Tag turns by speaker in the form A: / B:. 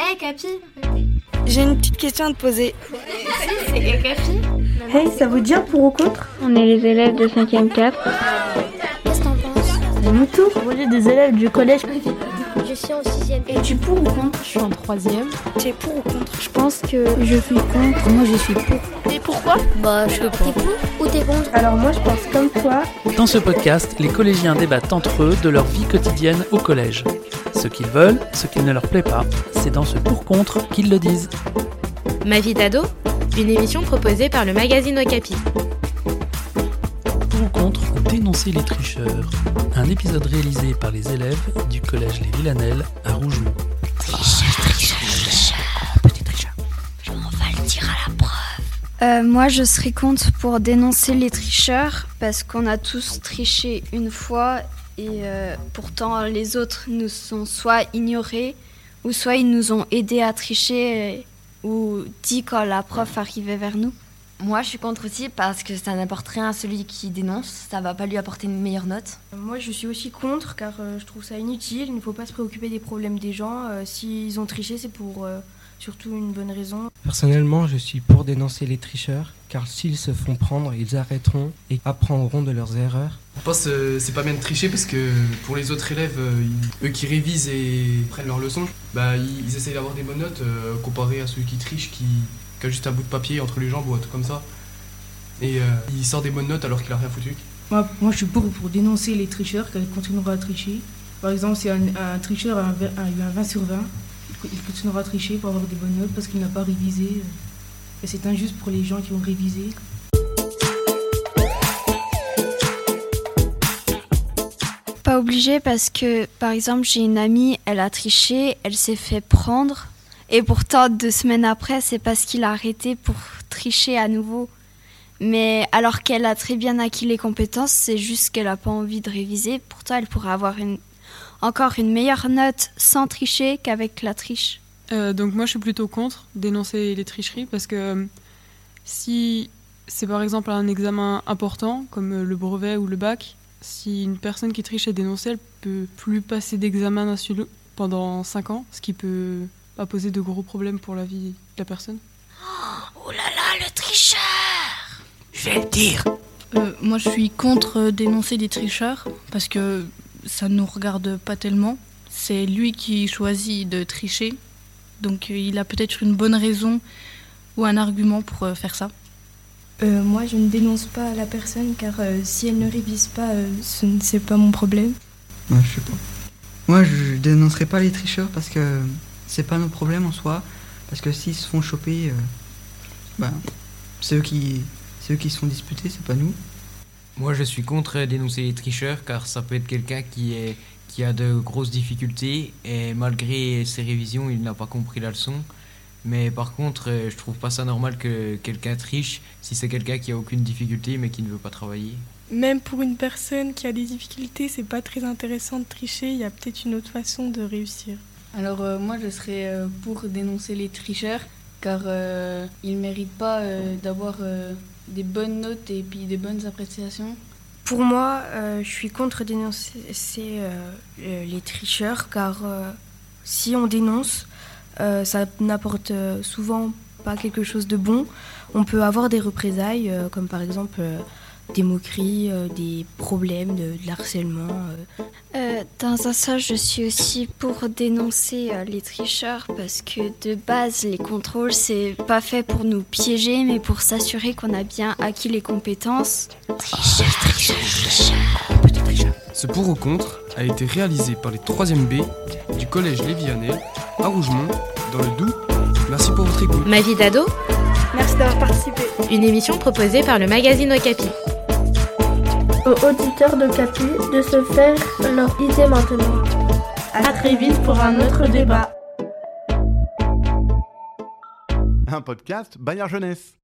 A: Eh Capi
B: J'ai une petite question à te poser.
A: C'est Capi
C: Hey, ça vous dit un pour ou contre
D: On est les élèves de 5ème 4.
A: Qu'est-ce que t'en penses
C: Mon tour Vous êtes des élèves du collège
A: Je suis en 6ème.
E: Et tu pour ou contre
F: Je suis en troisième.
B: T'es pour ou contre
E: Je pense que je suis contre. Moi, je suis pour.
F: Et pourquoi
A: Bah, je peux pas. T'es pour ou t'es contre
C: Alors moi je pense comme toi.
G: Dans ce podcast, les collégiens débattent entre eux de leur vie quotidienne au collège. Ce qu'ils veulent, ce qui ne leur plaît pas, c'est dans ce pour-contre qu'ils le disent.
H: Ma vie d'ado, une émission proposée par le magazine Okapi.
G: Pour ou contre, dénoncer les tricheurs. Un épisode réalisé par les élèves du collège Les Villanelles à Rougemont.
I: Euh, moi, je serais contre pour dénoncer les tricheurs parce qu'on a tous triché une fois et euh, pourtant les autres nous sont soit ignorés ou soit ils nous ont aidés à tricher euh, ou dit quand la prof arrivait vers nous.
J: Moi, je suis contre aussi parce que ça n'apporte rien à celui qui dénonce. Ça va pas lui apporter une meilleure note.
K: Moi, je suis aussi contre car euh, je trouve ça inutile. Il ne faut pas se préoccuper des problèmes des gens. Euh, S'ils ont triché, c'est pour euh, surtout une bonne raison.
L: Personnellement, je suis pour dénoncer les tricheurs, car s'ils se font prendre, ils arrêteront et apprendront de leurs erreurs.
M: Je pense que c'est pas bien de tricher parce que pour les autres élèves, euh, ils- eux qui révisent et prennent leurs leçons, bah, ils, ils essayent d'avoir des bonnes notes euh, comparé à celui qui triche, qui, qui a juste un bout de papier entre les jambes ou un truc comme ça. Et euh, il sort des bonnes notes alors qu'il a rien foutu.
N: Moi, moi, je suis pour, pour dénoncer les tricheurs, qu'ils continueront à tricher. Par exemple, si un, un tricheur a, un, vingt- a eu un 20 sur 20, il co- il continuera à tricher pour avoir des bonnes notes parce qu'il n'a pas révisé. euh. Et c'est injuste pour les gens qui ont révisé.
I: Pas obligé parce que, par exemple, j'ai une amie, elle a triché, elle s'est fait prendre et pourtant deux semaines après, c'est parce qu'il a arrêté pour tricher à nouveau. Mais alors qu'elle a très bien acquis les compétences, c'est juste qu'elle n'a pas envie de réviser. Pourtant, elle pourrait avoir une... encore une meilleure note sans tricher qu'avec la triche.
O: Euh, donc moi je suis plutôt contre dénoncer les tricheries parce que euh, si c'est par exemple un examen important comme euh, le brevet ou le bac, si une personne qui triche est dénoncée, elle peut plus passer d'examen nationaux pendant 5 ans, ce qui peut pas poser de gros problèmes pour la vie de la personne.
P: Euh, moi, je suis contre euh, dénoncer les tricheurs parce que ça ne nous regarde pas tellement. C'est lui qui choisit de tricher, donc euh, il a peut-être une bonne raison ou un argument pour euh, faire ça.
E: Euh, moi, je ne dénonce pas la personne car euh, si elle ne révise pas, euh, ce n- c'est pas mon problème.
Q: Ouais, je sais pas. Moi, je dénoncerai pas les tricheurs parce que c'est pas nos problèmes en soi. Parce que s'ils se font choper, euh, ben, c'est eux qui, c'est eux qui se font disputer, c'est pas nous.
R: Moi, je suis contre dénoncer les tricheurs car ça peut être quelqu'un qui, est, qui a de grosses difficultés et malgré ses révisions, il n'a pas compris la leçon. Mais par contre, euh, je trouve pas ça normal que quelqu'un triche si c'est quelqu'un qui a aucune difficulté mais qui ne veut pas travailler.
S: Même pour une personne qui a des difficultés, c'est pas très intéressant de tricher. Il y a peut-être une autre façon de réussir.
F: Alors euh, moi je serais euh, pour dénoncer les tricheurs car euh, ils méritent pas euh, d'avoir euh, des bonnes notes et puis des bonnes appréciations.
K: Pour moi, euh, je suis contre dénoncer euh, euh, les tricheurs car euh, si on dénonce, euh, ça n'apporte euh, souvent pas quelque chose de bon. On peut avoir des représailles euh, comme par exemple euh, des moqueries, euh, des problèmes, de, de l'harcèlement. euh.
I: Euh, dans un sens, je suis aussi pour dénoncer euh, les tricheurs parce que de base, les contrôles, c'est pas fait pour nous piéger, mais pour s'assurer qu'on a bien acquis les compétences.
M: Ce pour ou contre a été réalisé par les 3e B du collège Les Villanelles à Rougemont, dans le Doubs. Merci pour votre écoute.
H: Ma vie d'ado,
C: Merci d'avoir participé.
H: une émission proposée par le magazine Okapi.
E: Aux auditeurs de Capu de se faire leur idée maintenant. À très vite pour un autre débat.
T: Un podcast Bayard Jeunesse.